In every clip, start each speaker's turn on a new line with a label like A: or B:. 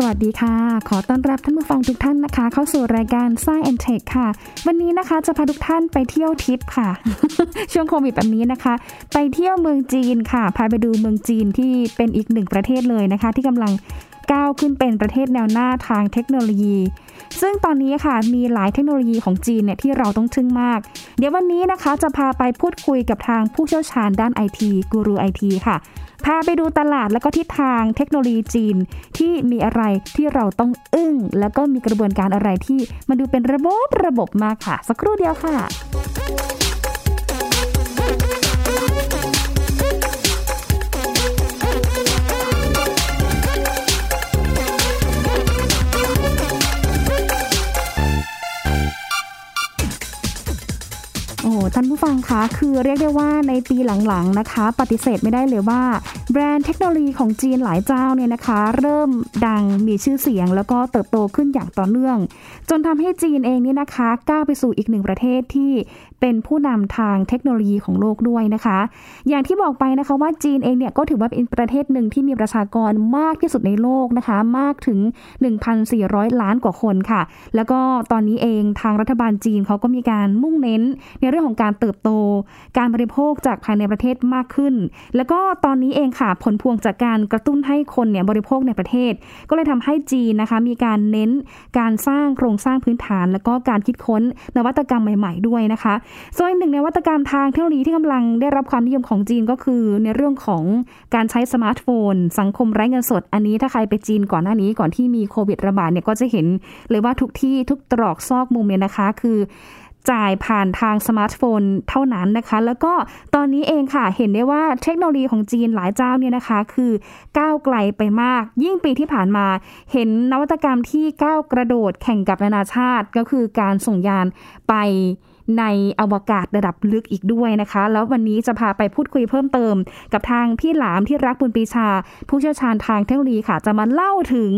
A: สวัสดีค่ะ ขอต้อนรับท่านผู้ฟังทุกท่านนะคะ เข้าสู่รายการ Science and Tech ค่ะ วันนี้นะคะจะพาทุกท่านไปเที่ยวทริปค่ะ ช่วงโควิดแบบนี้นะคะ ไปเที่ยวเมืองจีนค่ะ พาไปดูเมืองจีนที่เป็นอีกหนึ่งประเทศเลยนะคะ ที่กำลังก้าวขึ้นเป็นประเทศแนวหน้าทางเทคโนโลยี ซึ่งตอนนี้ค่ะมีหลายเทคโนโลยีของจีนเนี่ยที่เราต้องทึ่งมาก เดี๋ยววันนี้นะคะจะพาไปพูดคุยกับทางผู้เชี่ยวชาญด้านไอทีกูรูไอทีค่ะ พาไปดูตลาดแล้วก็ทิศทางเทคโนโลยีจีนที่มีอะไรที่เราต้องอึ้ง แล้วก็มีกระบวนการอะไรที่มันดูเป็นระบบระบบมากค่ะ สักครู่เดียวค่ะ โอ้โหท่านผู้ฟังคะ คือเรียกได้ว่าในปีหลังๆนะคะ ปฏิเสธไม่ได้เลยว่า แบรนด์เทคโนโลยีของจีนหลายเจ้าเนี่ยนะคะ เริ่มดังมีชื่อเสียง แล้วก็เติบโตขึ้นอย่างต่อเนื่อง จนทำให้จีนเองเนี่ยนะคะก้าวไปสู่อีกหนึ่งประเทศที่เป็นผู้นำทางเทคโนโลยีของโลกด้วยนะคะ อย่างที่บอกไปนะคะว่าจีนเองเนี่ยก็ถือว่าเป็นประเทศหนึ่งที่มีประชากรมากที่สุดในโลกนะคะ มากถึง 1,400 ล้านกว่าคนค่ะ แล้วก็ตอนนี้เองทางรัฐบาลจีนเขาก็มีการมุ่งเน้น ในเรื่องของการเติบโต การบริโภคจากภายในประเทศมากขึ้น แล้วก็ตอนนี้เองค่ะผลพวงจากการกระตุ้นให้คนเนี่ยบริโภคในประเทศ ก็เลยทำให้จีนนะคะ มีการเน้นการสร้างโครงสร้างพื้นฐาน แล้วก็การคิดค้นนวัตกรรมใหม่ ๆด้วยนะคะ ส่วนอีกหนึ่งนวัตกรรมทางเทคโนโลยีที่กำลังได้รับความนิยมของจีนก็คือในเรื่องของการใช้สมาร์ทโฟน สังคมไร้เงินสด อันนี้ถ้าใครไปจีนก่อนหน้านี้ก่อนที่มีโควิดระบาดเนี่ยก็จะเห็นเลยว่าทุกที่ทุกตรอกซอกมุมเนี่ยนะคะคือ จ่ายผ่านทางสมาร์ทโฟนเท่านั้นนะคะ แล้วก็ตอนนี้เองค่ะ เห็นได้ว่าเทคโนโลยีของจีนหลายเจ้าเนี่ยนะคะ คือก้าวไกลไปมาก ยิ่งปีที่ผ่านมา เห็นนวัตกรรมที่ก้าวกระโดดแข่งกับนานาชาติ ก็คือการส่งยานไปในอวกาศระดับลึกอีกด้วยนะคะ แล้ววันนี้จะพาไปพูดคุยเพิ่มเติม กับทางพี่หลามที่รักบุญปรีชา ผู้เชี่ยวชาญทางเทคโนโลยีค่ะ จะมาเล่าถึง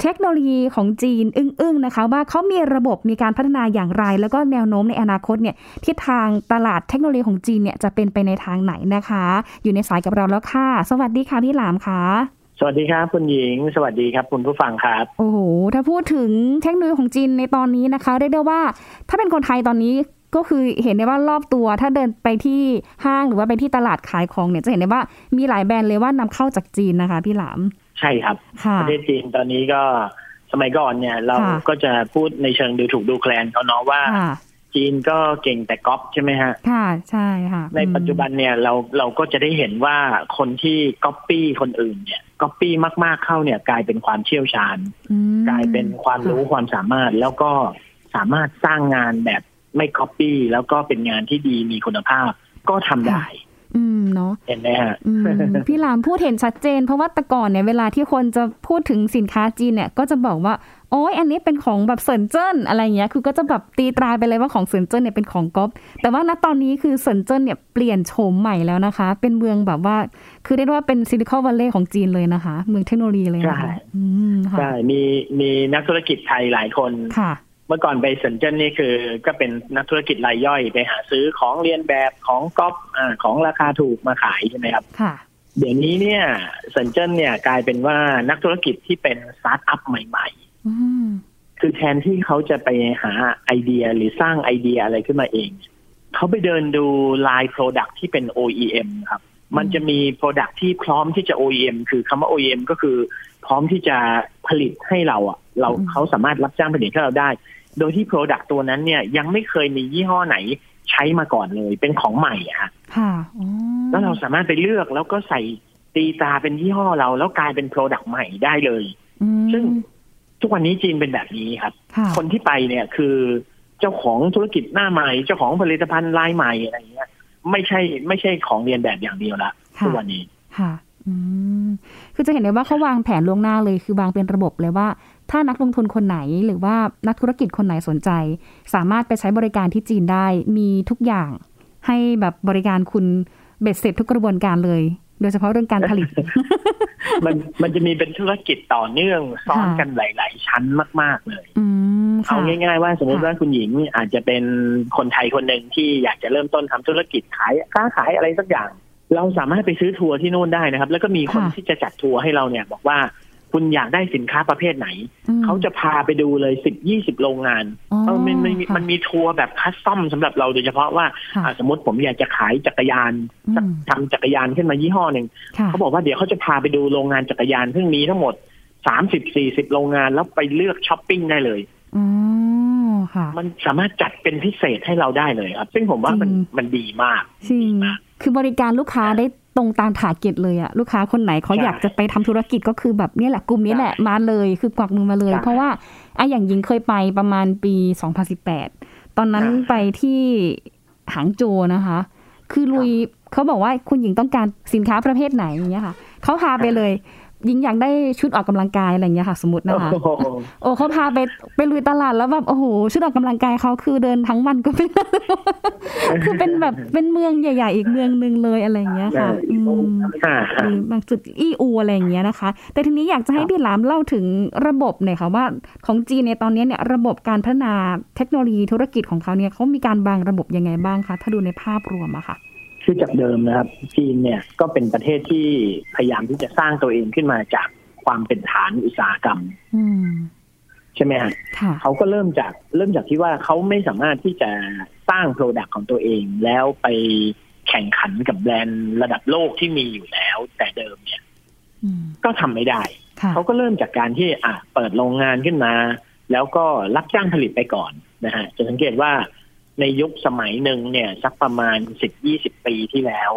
A: เทคโนโลยีของจีนอึ้งๆนะคะ ว่าเขามีระบบมีการพัฒนาอย่างไร แล้วก็แนวโน้มในอนาคตเนี่ยทิศทางตลาดเทคโนโลยีของจีนเนี่ยจะเป็นไปในทางไหนนะคะ อยู่ในสายกับเราแล้วค่ะ สวัสดีค่ะพี่หลามค่ะ
B: สวัสดีครับคุณหญิง สวัสดีครับคุณผู้ฟังครับ
A: โอ้โห ถ้าพูดถึงเทคโนโลยีของจีนในตอนนี้นะคะ เรียกได้ว่า ถ้าเป็นคนไทยตอนนี้ก็คือเห็นได้ว่ารอบตัว ถ้าเดินไปที่ห้างหรือว่าไปที่ตลาดขายของเนี่ยจะเห็นได้ว่ามีหลายแบรนด์เลยว่านำเข้าจากจีนนะคะพี่หลาม
B: ใช่ครับ
A: ค่ะ
B: ประเทศจีนตอนนี้ก็สมัยก่อนเนี่ยเรา
A: ค่ะ
B: ก็จะพูดในเชิงดูถูกดูแคลนเขาเนาะว่า
A: ค่ะ
B: จีนก็เก่งแต่ก๊อปใช่ไหมฮะ
A: ค่ะ ใช่ค่ะ
B: ในปัจจุบันเนี่ยเราเราก็จะได้เห็นว่าคนที่ก๊อปปี้คนอื่นเนี่ยก๊อปปี้มากๆเข้าเนี่ยกลายเป็นความเชี่ยวชาญ
A: อืม
B: กลายเป็นความรู้ความสามารถแล้วก็สามารถสร้างงานแบบไม่ก๊อปปี้แล้วก็เป็นงานที่ดีมีคุณภาพก็ทำได้
A: อืมเนาะ
B: เห็นไหมฮะ
A: อืม พี่หลามพูดเห็นชัดเจน เพราะว่าแต่ก่อนเนี่ยเวลาที่คนจะพูดถึงสินค้าจีนเนี่ย ก็จะบอกว่า โอ้ยอันนี้เป็นของแบบเซินเจิ้นอะไรเงี้ย คือก็จะแบบตีตราไปเลยว่าของเซินเจิ้นเนี่ยเป็นของก๊อปแต่ว่าณตอนนี้คือเซินเจิ้นเนี่ยเปลี่ยนโฉมใหม่แล้วนะคะ เป็นเมืองแบบว่า คือเรียกได้ว่าเป็นซิลิคอนวัลเลย์ของจีนเลยนะคะ เมืองเทคโนโลยีเลยนะคะ
B: ใช่
A: อืมค่ะ
B: ใช่มีมีนักธุรกิจไทยหลายคน
A: ค่ะ
B: เมื่อก่อนไปเซินเจิ้นนี่คือ ก็เป็นนักธุรกิจรายย่อยไปหาซื้อของเรียนแบบของก๊อปอ่าของราคาถูกมาขายใช่ไหมครับ
A: ค่ะ
B: เดี๋ยวนี้เนี่ยเซินเจิ้นเนี่ยกลายเป็นว่านักธุรกิจที่เป็นสตาร์ทอัพใหม่
A: อืม
B: ๆ คือแทนที่เขาจะไปหาไอเดียหรือสร้างไอเดียอะไรขึ้นมาเอง เขาไปเดินดูไลน์โปรดักที่เป็น OEM ครับ มันจะมีโปรดักที่พร้อมที่จะ OEM คือคำว่า OEM ก็คือพร้อมที่จะผลิตให้เราอะเราเขาสามารถรับจ้างผลิตให้เราได้ โดยที่โปรดักตัวนั้นเนี่ยยังไม่เคยมียี่ห้อไหนใช้มาก่อนเลย เป็นของใหม่อะฮะ
A: ค่ะอ๋อ
B: แล้วเราสามารถไปเลือกแล้วก็ใส่ตีตราเป็นยี่ห้อเรา แล้วกลายเป็นโปรดักใหม่ได้เลย
A: อืม
B: ซึ่งทุกวันนี้จีนเป็นแบบนี้ครับ
A: ค่ะ
B: คนที่ไปเนี่ยคือเจ้าของธุรกิจหน้าใหม่ เจ้าของผลิตภัณฑ์รายใหม่อะไรเงี้ยไม่ใช่ไม่ใช่ของเรียนแบบอย่างเดียวละทุก
A: ค่ะ
B: วันนี้
A: ค่ะ อืม คือจะเห็นได้ว่าเขาวางแผนล่วงหน้าเลย คือวางเป็นระบบเลยว่า ถ้านักลงทุนคนไหนหรือว่านักธุรกิจคนไหนสนใจ สามารถไปใช้บริการที่จีนได้ มีทุกอย่าง ให้แบบบริการคุณเบ็ดเสร็จทุกกระบวนการเลย โดยเฉพาะเรื่องการผลิต
B: มันมันจะมีเป็นธุรกิจต่อเนื่องซ้อนกันหลาย ๆ ชั้นมาก ๆ เลย
A: อืม
B: เอา
A: ค่ะ
B: ง่ายๆว่าสมมติ
A: ค่ะ
B: ว่าคุณหญิงอาจจะเป็นคนไทยคนหนึ่งที่อยากจะเริ่มต้นทำธุรกิจขายค้าขายอะไรสักอย่าง เราสามารถไปซื้อทัวร์ที่นู่นได้นะครับ แล้วก็มีคนที่จะจัดทัวร์ให้เราเนี่ย บอกว่า คุณอยากได้สินค้าประเภทไหน
A: อืม
B: เขาจะพาไปดูเลยสิบยี่สิบโรงงาน
A: อ๋อ
B: เออมันมัน
A: ค่ะ
B: มันมีทัวร์แบบคัสตอมสำหรับเราโดยเฉพาะว่า
A: ค่ะ
B: อ่ะสมมติผมอยากจะขายจักรยาน
A: อืม
B: ทำจักรยานขึ้นมายี่ห้อหนึ่ง
A: ค่ะ
B: เขาบอกว่าเดี๋ยวเขาจะพาไปดูโรงงานจักรยานซึ่งมีทั้งหมดสามสิบสี่สิบโรงงานแล้วไปเลือกช้อปปิ้งได้เลย
A: อ๋อค่ะ
B: มันสามารถจัดเป็นพิเศษให้เราได้เลยครับ ซึ่งผมว่ามัน
A: จริง
B: มันดีมาก
A: จริ
B: ดี
A: ง
B: มาก
A: คือบริการลูกค้าได้ตรงตามถาเก็ตเลยอะลูกค้าคนไหนเขา
B: ใช่
A: อยากจะไปทำธุรกิจก็คือแบบเนี่ยแหละกลุ่มนี้แหละ
B: ใช่
A: มาเลยคือกวักมือมาเลย
B: ใช่
A: เพราะว่าไอ้อย่างยิงเคยไปประมาณปี 2018 ตอนนั้น
B: อ่า
A: ไปที่หางโจวนะคะ คือลุยเขาบอกว่าคุณหญิงต้องการสินค้าประเภทไหนอย่างเงี้ยค่ะเขาพาไป
B: อ่า
A: เลย ยิงอยากได้ชุดออกกำลังกายอะไรอย่างเงี้ยค่ะสมมตินะคะ
B: โอ้โห
A: โอ้เขาพาไปไปลุยตลาดแล้วแบบโอ้โหชุดออกกำลังกายเขาคือเดินทั้ง วันก็ไม่ คือเป็นแบบเป็นเมืองใหญ่ ๆ อีกเมืองหนึ่งเลยอะไรอย่างเงี้ยค่ะอืม
B: อ่า
A: หรือบางจุดอีอูอะไรอย่างเงี้ยนะคะ แต่ทีนี้อยากจะให้พี่หลามเล่าถึงระบบหน่อยค่ะว่าของจีนในตอนนี้เนี่ยระบบการพัฒนาเทคโนโลยีธุรกิจของเขาเนี่ยเขามีการวางระบบยังไงบ้างคะถ้าดูในภาพรวมอะค่ะ
B: คือจากเดิมนะครับจีนเนี่ยก็เป็นประเทศที่พยายามที่จะสร้างตัวเองขึ้นมาจากความเป็นฐานอุตสาหกรรม
A: อืม
B: ใช่ไหมฮะ
A: ค่ะ
B: เขาก็เริ่มจากเริ่มจากที่ว่าเขาไม่สามารถที่จะสร้างโปรดักต์ของตัวเอง แล้วไปแข่งขันกับแบรนด์ระดับโลกที่มีอยู่แล้ว แต่เดิมเนี่ย
A: อืม
B: ก็ทำไม่ได้
A: ค่ะ
B: เขาก็เริ่มจากการที่อ่ะเปิดโรงงานขึ้นมา แล้วก็รับจ้างผลิตไปก่อนนะฮะจะสังเกตว่าในยุคสมัยหนึ่งเนี่ย สักประมาณสิบยี่สิบปีที่แล้ว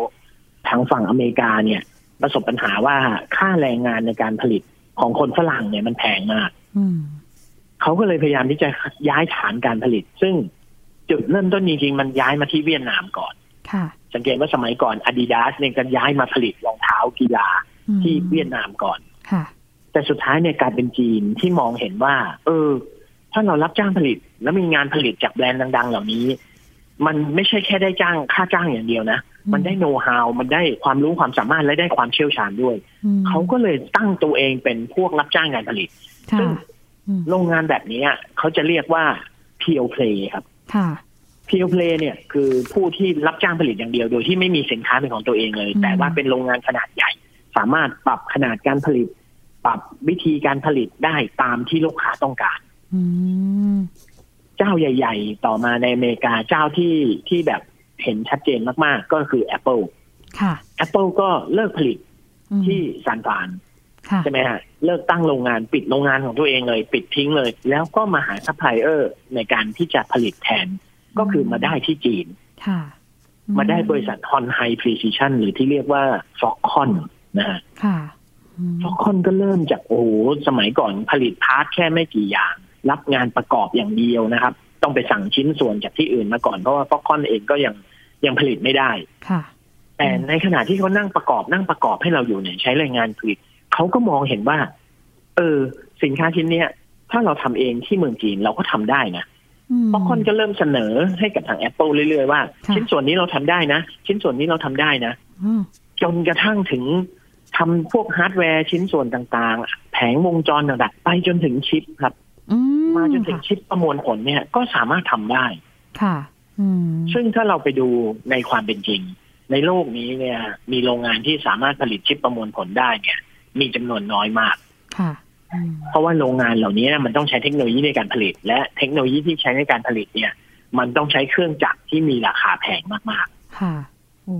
B: ทางฝั่งอเมริกาเนี่ย ประสบปัญหาว่าค่าแรงงานในการผลิตของคนฝรั่งเนี่ยมันแพงมาก
A: อืม
B: เขาก็เลยพยายามที่จะย้ายฐานการผลิต ซึ่งจุดเริ่มต้นจริงๆมันย้ายมาที่เวียดนามก่อน
A: ค่ะ
B: สังเกตว่าสมัยก่อน Adidas เนี่ยก็ย้ายมาผลิตรองเท้ากีฬา
A: อืม
B: ที่เวียดนามก่อน
A: ค่ะ
B: แต่สุดท้ายเนี่ยกลารเป็นจีนที่มองเห็นว่า เออ ถ้าเรารับจ้างผลิต แล้วมีงานผลิตจากแบรนด์ดัง ๆ เหล่านี้ มันไม่ใช่แค่ได้จ้างค่าจ้างอย่างเดียวนะ มันได้โน้ตฮาวมันได้ความรู้ความสามารถและได้ความเชี่ยวชาญด้วย
A: อืม
B: เขาก็เลยตั้งตัวเองเป็นพวกรับจ้างงานผลิต
A: ค่ะ
B: ซึ่ง
A: อืม
B: โรงงานแบบนี้เขาจะเรียกว่า pure play ครับ
A: ค่ะ
B: pure play เนี่ยคือผู้ที่รับจ้างผลิตอย่างเดียว โดยที่ไม่มีสินค้าเป็นของตัวเองเลย
A: อืม
B: แต่ว่าเป็นโรงงานขนาดใหญ่ สามารถปรับขนาดการผลิต ปรับวิธีการผลิตได้ตามที่ลูกค้าต้องการ
A: อืม
B: เจ้าใหญ่ ๆ ต่อมาในอเมริกาเจ้าที่ที่แบบเห็นชัดเจนมากๆ ก็คือ Apple
A: ค่ะ
B: Apple ก็เลิกผลิต
A: อืม
B: ที่ซานฟราน
A: ค่ะ
B: ใช่ไหมฮะเลิกตั้งโรงงานปิดโรงงานของตัวเองเลย ปิดทิ้งเลย แล้วก็มาหาซัพพลายเออร์ในการที่จะผลิตแทนก็คือมาได้ที่จีน
A: ค่ะ
B: มาได้บริษัท Hon High Precision หรือที่เรียกว่า Foxconn นะฮะ
A: ค่ะอืม
B: Foxconn ก็เริ่มจากโอ้โหสมัยก่อนผลิตพาร์ทแค่ไม่กี่อย่าง รับงานประกอบอย่างเดียวนะครับ ต้องไปสั่งชิ้นส่วนจากที่อื่นมาก่อน เพราะว่า Foxconn เองก็ยังยังผลิตไม่ได้
A: ค่ะ
B: แต่ในขณะที่เขานั่งประกอบนั่งประกอบให้เราอยู่เนี่ยใช้แรงงานผลิตเขาก็มองเห็นว่า เออ สินค้าชิ้นเนี้ย ถ้าเราทำเองที่เมืองจีนเราก็ทำได้นะ บางคนก็เริ่มเสนอให้กับทาง Apple เรื่อยๆ ว่า
A: ค่ะ
B: ชิ้นส่วนนี้เราทำได้นะ ชิ้นส่วนนี้เราทำได้นะ
A: อืม
B: จนกระทั่งถึงทำพวกฮาร์ดแวร์ชิ้นส่วนต่างๆ แผงวงจรต่างๆไปจนถึงชิปครับ
A: อื
B: มาจนถึงชิปประมวลผลเนี่ยก็สามารถทำได้
A: ค่ะ อืม
B: ซึ่งถ้าเราไปดูในความเป็นจริง ในโลกนี้เนี่ย มีโรงงานที่สามารถผลิตชิปประมวลผลได้เนี่ย มีจำนวนน้อยมาก
A: ค่ะอืม
B: เพราะว่าโรงงานเหล่านี้นะมันต้องใช้เทคโนโลยีในการผลิต และเทคโนโลยีที่ใช้ในการผลิตเนี่ย มันต้องใช้เครื่องจักรที่มีราคาแพงมาก
A: ค่ะโอ้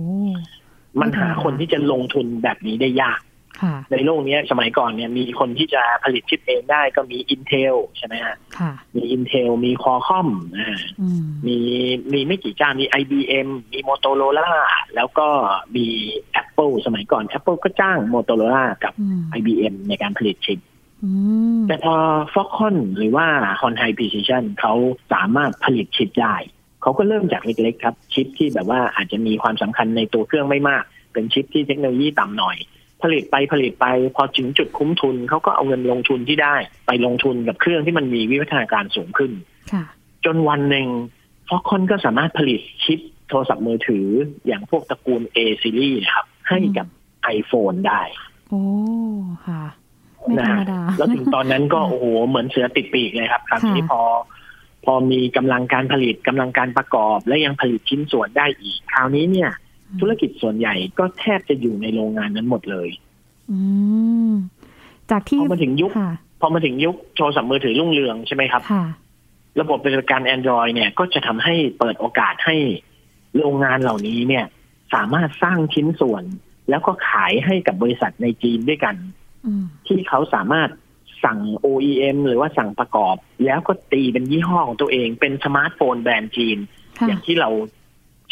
B: ๆ มันหาคนที่จะลงทุนแบบนี้ได้ยาก
A: ค่ะ
B: ในโลกเนี้ยสมัยก่อนเนี่ยมีคนที่จะผลิตชิปเองได้ก็มี Intel ใช่ไหมฮะ
A: ค่ะ
B: มี Intel มี Qualcomm นะฮะ
A: อืม
B: มีมีไม่กี่เจ้ามี IBM มี Motorola แล้วก็มี Apple สมัยก่อน Apple ก็จ้าง Motorola กับ
A: อืม
B: IBM ในการผลิตชิป
A: อืม
B: แต่พอ Foxconn หรือว่า Hon High Precision เขาสามารถผลิตชิปได้ เขาก็เริ่มจากเล็กๆครับ ชิปที่แบบว่าอาจจะมีความสำคัญในตัวเครื่องไม่มาก เป็นชิปที่เทคโนโลยีต่ำหน่อย ผลิตไปผลิตไปพอถึงจุดคุ้มทุน เขาก็เอาเงินลงทุนที่ได้ ไปลงทุนกับเครื่องที่มันมีวิวัฒนาการสูงขึ้น
A: ค่ะ
B: จนวันหนึ่ง Foxconn ก็สามารถผลิตชิปโทรศัพท์มือถืออย่างพวกตระกูล A series นะครับให้กับ iPhone ได้
A: โอ้ค่ะ ไม่ธรรมดา
B: นะฮะแล้วถึงตอนนั้นก็ โอ้โห เหมือนเสือติดปีกเลยครับ ครับ
A: ค่ะ
B: ที่พอ พอมีกำลังการผลิตกำลังการประกอบ และยังผลิตชิ้นส่วนได้อีก คราวนี้เนี่ย ธุรกิจส่วนใหญ่ก็แทบจะอยู่ในโรงงานนั้นหมดเลย
A: อืม จากที่
B: พอมาถึงยุค
A: ค่ะ
B: พอมาถึงยุคโทรศัพท์มือถือรุ่งเรืองใช่ไหมครับ
A: ค่ะ
B: ระบบปฏิบัติการ Android เนี่ยก็จะทำให้เปิดโอกาสให้โรงงานเหล่านี้เนี่ย สามารถสร้างชิ้นส่วน แล้วก็ขายให้กับบริษัทในจีนด้วยกัน
A: อืม
B: ที่เขาสามารถสั่ง OEM หรือว่าสั่งประกอบ แล้วก็ตีเป็นยี่ห้อของตัวเอง เป็นสมาร์ทโฟนแบรนด์จีน
A: ค่ะ
B: อย่างที่เรา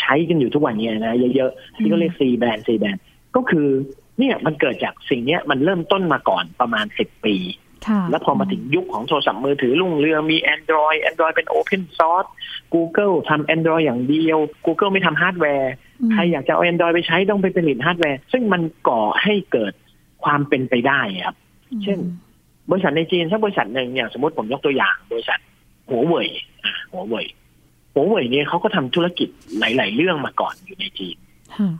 B: ใช้กันอยู่ทุกวันเนี้นะเยอะๆที่ก็เรียก C แบรนด์ C แบรนด์ก็คือ เนี่ยมันเกิดจากสิ่งเนี้ยมันเริ่มต้นมาก่อนประมาณสิบปี
A: ค่ะ
B: แล้วพอมาถึงยุคของโทรศัพท์มือถือรุ่งเรืองมี Android Android เป็น Open Source Google ทำ Android อย่างเดียว Google ไม่ทำฮาร์ดแวร์
A: อืม
B: ใครอยากจะเอา Android ไปใช้ต้องไปผลิตฮาร์ดแวร์ ซึ่งมันก่อให้เกิดความเป็นไปได้ครับ เช่น บริษัทในจีนสักบริษัทหนึ่งอย่างสมมติผมยกตัวอย่างบริษัทหัวเว่ยอ่ะหัวเว่ยหัวเว่ยเนี่ยเขาก็ทำธุรกิจหลาย ๆ เรื่องมาก่อนอยู่ในจีน
A: ค่ะ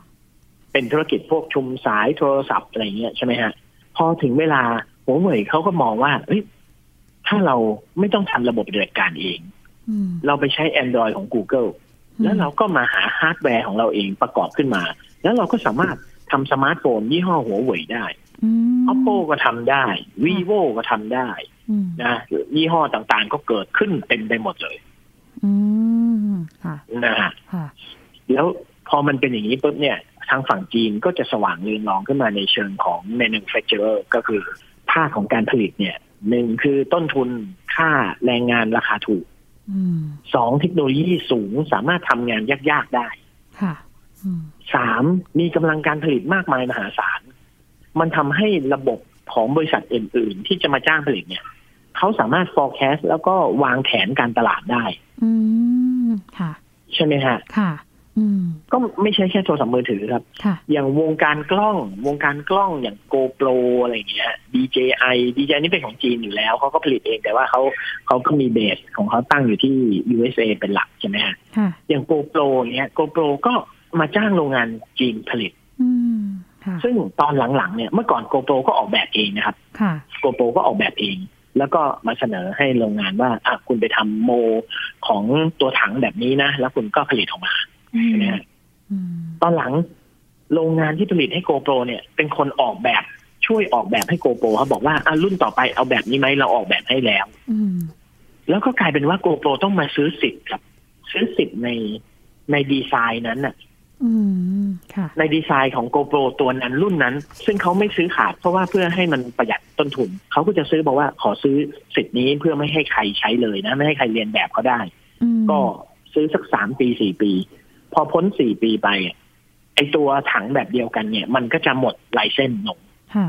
B: เป็นธุรกิจพวกชุมสายโทรศัพท์อะไรเงี้ยใช่ไหมฮะ พอถึงเวลาหัวเว่ยเขาก็มองว่าเอ้ยถ้าเราไม่ต้องทำระบบปฏิบัติการเอง
A: อืม
B: เราไปใช้ Android ของ Google แล้วเราก็มาหาฮาร์ดแวร์ของเราเองประกอบขึ้นมา แล้วเราก็สามารถทำสมาร์ทโฟนยี่ห้อหัวเว่ยได้
A: ม
B: Oppo ก็ทำได้ vivo ก็ทำได้
A: อืม
B: นะยี่ห้อต่างๆ ก็เกิดขึ้นเต็มไปหมดเลย
A: อืมค่ะ
B: นะฮะ
A: ค่ะ
B: แล้วพอมันเป็นอย่างนี้ปุ๊บเนี่ย ทางฝั่งจีนก็จะสว่างเรืองรองขึ้นมาในเชิงของ manufacturer ก็คือภาคของการผลิตเนี่ยหนึ่งคือต้นทุนค่าแรงงานราคาถูก
A: อืม
B: สองเทคโนโลยีสูงสามารถทำงานยาก ๆ ได้
A: ค่ะอืม
B: สามมีกำลังการผลิตมากมายมหาศาล มันทำให้ระบบของบริษัทอื่น ๆ ที่จะมาจ้างผลิตเนี่ยเขาสามารถ forecast แล้วก็วางแผนการตลาดได้
A: อืมค่ะ
B: ใช่ไหมฮะ
A: ค่ะ อืม
B: ก็ไม่ใช่แค่โทรศัพท์มือถือครับ
A: ค่ะ
B: อย่างวงการกล้อง วงการกล้องอย่าง GoPro อะไรอย่างเงี้ย DJI DJI นี่เป็นของจีนอยู่แล้วเขาก็ผลิตเองแต่ว่าเขาเขาก็มีเบสของเขาตั้งอยู่ที่ USA เป็นหลักใช่ไหมฮะ
A: ค่ะ
B: อย่าง GoPro เนี่ย GoPro ก็มาจ้างโรงงานจีนผลิต
A: อืมค่ะ
B: ซึ่งตอนหลังๆเนี่ยเมื่อก่อน GoPro ก็ออกแบบเองนะครับ
A: ค่ะ
B: GoPro ก็ออกแบบเอง แล้วก็มาเสนอให้โรงงานว่าอ่ะคุณไปทำโมของตัวถังแบบนี้นะ แล้วคุณก็ผลิตออกมา
A: อืม
B: ใช่ไหมฮะ
A: อืม
B: ตอนหลังโรงงานที่ผลิตให้โกโปรเนี่ยเป็นคนออกแบบช่วยออกแบบให้โกโปรเขาบอกว่าอ่ะรุ่นต่อไปเอาแบบนี้ไหมเราออกแบบให้แล้ว
A: อืม
B: แล้วก็กลายเป็นว่าโกโปรต้องมาซื้อสิทธิ์ครับ ซื้อสิทธิ์ในในดีไซน์นั้นน่ะ
A: อืมค่ะ
B: ในดีไซน์ของโกโปรตัวนั้นรุ่นนั้น ซึ่งเขาไม่ซื้อขาดเพราะว่าเพื่อให้มันประหยัดต้นทุนเขาก็จะซื้อบอกว่าขอซื้อสิทธิ์นี้เพื่อไม่ให้ใครใช้เลยนะ ไม่ให้ใครเรียนแบบเขาได้
A: อืม
B: ก็ซื้อสักสามปีสี่ปี พอพ้นสี่ปีไปอ่ะไอตัวถังแบบเดียวกันเนี่ย มันก็จะหมดลายเส้นลง
A: ค่ะ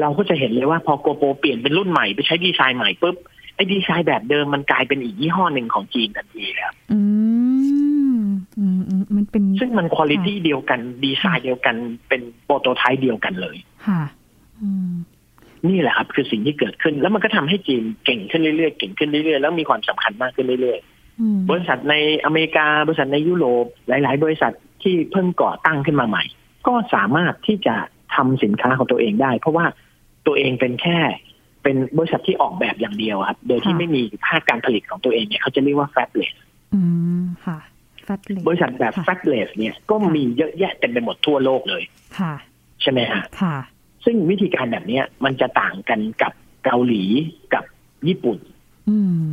B: เราก็จะเห็นเลยว่าพอโกโปรเปลี่ยนเป็นรุ่นใหม่ไปใช้ดีไซน์ใหม่ปุ๊บไอดีไซน์แบบเดิมมันกลายเป็นอีกยี่ห้อหนึ่งของจีนทันทีแล้ว
A: อืมอืมอืมมันเป็น
B: ซึ่งมันคุณ i t y เดียวกันดีไซน์เดียวกันเป็นโปรโตไทป์เดียวกันเลย
A: ค่ะอืม
B: นี่แหละครับ คือสิ่งที่เกิดขึ้น แล้วมันก็ทำให้จีนเก่งขึ้นเรื่อยๆเก่งขึ้นเรื่อยๆแล้วมีความสำคัญมากขึ้นเรื่อยๆ
A: อืม
B: บริษัทในอเมริกา บริษัทในยุโรป หลาย ๆ บริษัทที่เพิ่งก่อตั้งขึ้นมาใหม่ ก็สามารถที่จะทำสินค้าของตัวเองได้ เพราะว่าตัวเองเป็นแค่ เป็นบริษัทที่ออกแบบอย่างเดียวครับ โดยที่ไม่มีภาคการผลิตของตัวเองเนี่ยเขาจะเรียกว่า fabless
A: อืมค่ะแฟตเลย
B: บริษัทแบบ
A: ค่ะ
B: fabless เนี่ยก็มีเยอะแยะเต็มไปหมดทั่วโลกเลย
A: ค่ะ
B: ใช่ไหมฮะ
A: ค่ะ
B: ซึ่งวิธีการแบบเนี้ยมันจะต่างกันกับเกาหลีกับญี่ปุ่น
A: อืม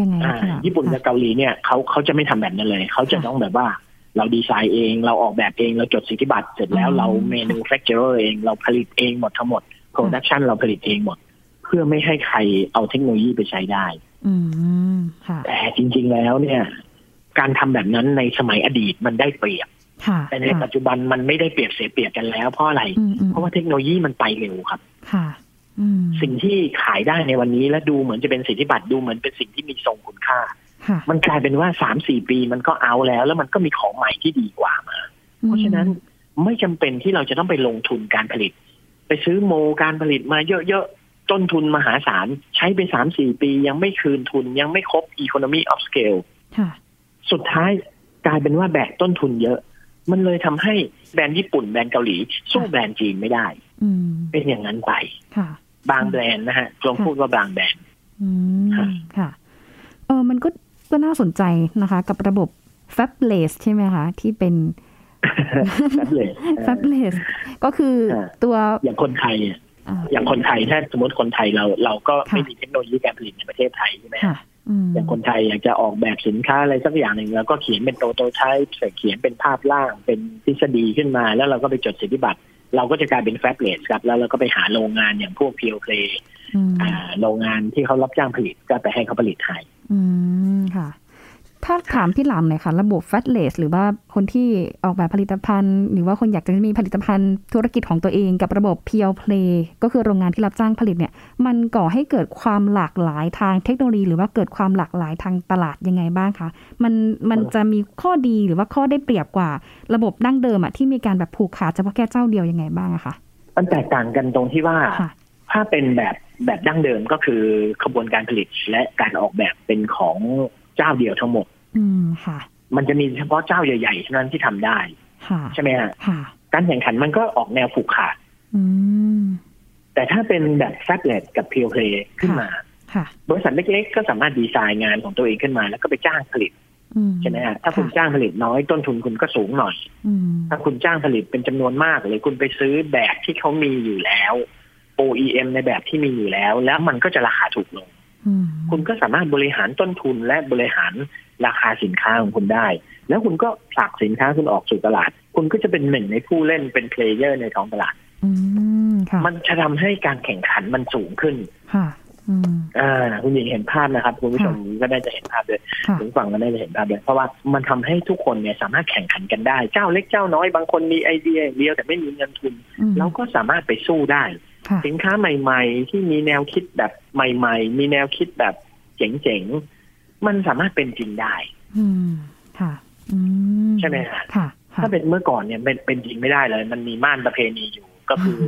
A: ยังไง
B: อ่า
A: คะ
B: ญี่ปุ่นกับเกาหลีเนี่ยเขาเขาจะไม่ทำแบบนั้นเลย เขาจะ
A: ค่ะ
B: ต้องแบบว่า เราดีไซน์เองเราออกแบบเองเราจดสิทธิบัตรเสร็จแล้ว
A: อืม
B: เราเมนูแฟ c เจอร์เองเราผลิตเองหมดทั้งหมดโปรดักชันเราผลิตเองหมด เพื่อไม่ให้ใครเอาเทคโนโลยีไปใช้ได้
A: อืมค่ะ
B: แต่จริง ๆแล้วเนี่ย การทำแบบนั้นในสมัยอดีตมันได้เปรียบ
A: ค่ะ
B: แต่ในปัจจุบันมันไม่ได้เปรียบเสียเปรียบกันแล้วเพราะอะไร
A: อืมอืม
B: เพราะว่าเทคโนโลยีมันไปเร็วครับ
A: ค่ะ อืม
B: สิ่งที่ขายได้ในวันนี้และดูเหมือนจะเป็นสิทธิบัตรดูเหมือนเป็นสิ่งที่มีทรงคุณค่า
A: ค่ะ
B: มันกลายเป็นว่าสามสี่ปีมันก็เอาแล้ว แล้วมันก็มีของใหม่ที่ดีกว่ามา เพราะฉะนั้นไม่จำเป็นที่เราจะต้องไปลงทุนการผลิต ไปซื้อโมการผลิตมาเยอะๆ ต้นทุนมหาศาล ใช้ไปสามสี่ปียังไม่คืนทุนยังไม่ครบ Economy of Scale
A: ค่ะ
B: สุดท้ายกลายเป็นว่าแบกต้นทุนเยอะ มันเลยทำให้แบรนด์ญี่ปุ่นแบรนด์เกาหลี สู้แบรนด์จีนไม่ได้
A: อืม
B: เป็นอย่างนั้นไป
A: ค่ะ
B: บางแบรนด์นะฮะลองพูดว่าบางแบรนด์
A: อื
B: ค่ะ
A: มค่ะ เออมันก็ก็น่าสนใจนะคะ กับระบบ Fabless ใช่ไหมคะ ที่เป็น
B: แฟบเลย
A: Fabless ก็คือ
B: เออ
A: ตัว
B: อย่างคนไทยเนี่ย
A: อ่า
B: อย่างคนไทยถ้าสมมติคนไทยเรา เราก็
A: ค่ะ
B: ไม่มีเทคโนโลยีการผลิตในประเทศไทยใช่ไหม
A: ค่ะอืม
B: อย่างคนไทยอยากจะออกแบบสินค้าอะไรสักอย่างหนึ่งเราก็เขียนเป็นโตโตไทป์เขียนเป็นภาพร่างเป็นทฤษฎีขึ้นมา แล้วเราก็ไปจดสิทธิบัตร เราก็จะกลายเป็นแฟบเลสครับ แล้วเราก็ไปหาโรงงานอย่างพวกเพียวเพล
A: อืม
B: โรงงานที่เขารับจ้างผลิตก็ไปให้เขาผลิตให้
A: อืมค่ะ ถ้าถามพี่หลำหน่อยค่ะ ระบบแฟตเลสหรือว่าคนที่ออกแบบผลิตภัณฑ์ หรือว่าคนอยากจะมีผลิตภัณฑ์ธุรกิจของตัวเองกับระบบเพียวเพลย์ก็คือโรงงานที่รับจ้างผลิตเนี่ย มันก่อให้เกิดความหลากหลายทางเทคโนโลยี หรือว่าเกิดความหลากหลายทางตลาดยังไงบ้างคะมันมันจะมีข้อดีหรือว่าข้อได้เปรียบกว่า ระบบดั้งเดิมอะที่มีการแบบผูกขาดเฉพาะแค่เจ้าเดียวยังไงบ้างอะคะ
B: มันแตกต่างกันตรงที่ว่า
A: ค่ะ
B: ถ้าเป็นแบบแบบดั้งเดิมก็คือขบวนการผลิตและการออกแบบเป็นของเจ้าเดียวทั้งหมด
A: อืมค่ะ
B: มันจะมีเฉพาะเจ้าใหญ่ๆเท่านั้นที่ทำได้
A: ค่ะ
B: ใช่ไหมฮะ
A: ค่ะ
B: การแข่งขันมันก็ออกแนวผูกขาด
A: อืม
B: แต่ถ้าเป็นแบบแฟบเลตกับเพียวเพลขึ้นมา
A: ค่ะ
B: บริษัทเล็กๆ ก็สามารถดีไซน์งานของตัวเองขึ้นมา แล้วก็ไปจ้างผลิต
A: อืม
B: ใช่ไหมฮะถ้าคุณจ้างผลิตน้อยต้นทุนคุณก็สูงหน่อย
A: อืม
B: ถ้าคุณจ้างผลิตเป็นจำนวนมากหรือคุณไปซื้อแบบที่เขามีอยู่แล้ว OEM ในแบบที่มีอยู่แล้ว แล้วมันก็จะราคาถูกลง
A: อืม
B: คุณก็สามารถบริหารต้นทุนและบริหารราคาสินค้าของคุณได้ แล้วคุณก็ผลักสินค้าคุณออกสู่ตลาด คุณก็จะเป็นหนึ่งในผู้เล่นเป็นเพลเยอร์ในท้องตลาด
A: อืมค่ะ
B: มันจะทำให้การแข่งขันมันสูงขึ้น
A: ค่ะ อืม
B: อ่าคุณหญิงเห็นภาพนะครับ คุณผู้ชมก็ได้จะเห็นภาพด้วย
A: ค่ะ
B: คุณฟังก็ได้จะเห็นภาพด้วยเพราะว่ามันทำให้ทุกคนเนี่ยสามารถแข่งขันกันได้ เจ้าเล็กเจ้าน้อยบางคนมีไอเดียอย่างเดียวแต่ไม่มีเงินทุน
A: อืม
B: เราก็สามารถไปสู้ได้
A: ค่ะ
B: สินค้าใหม่ ๆ ที่มีแนวคิดแบบใหม่ ๆ มีแนวคิดแบบเจ๋งๆ มันสามารถเป็นจริงได้
A: อืม ค่ะ อืม
B: ใช่ไหมฮะ
A: ค่ะ ค่ะ
B: ถ้าเป็นเมื่อก่อนเนี่ยเป็นเป็นจริงไม่ได้เลย มันมีม่านประเพณีอยู่ ก็คือ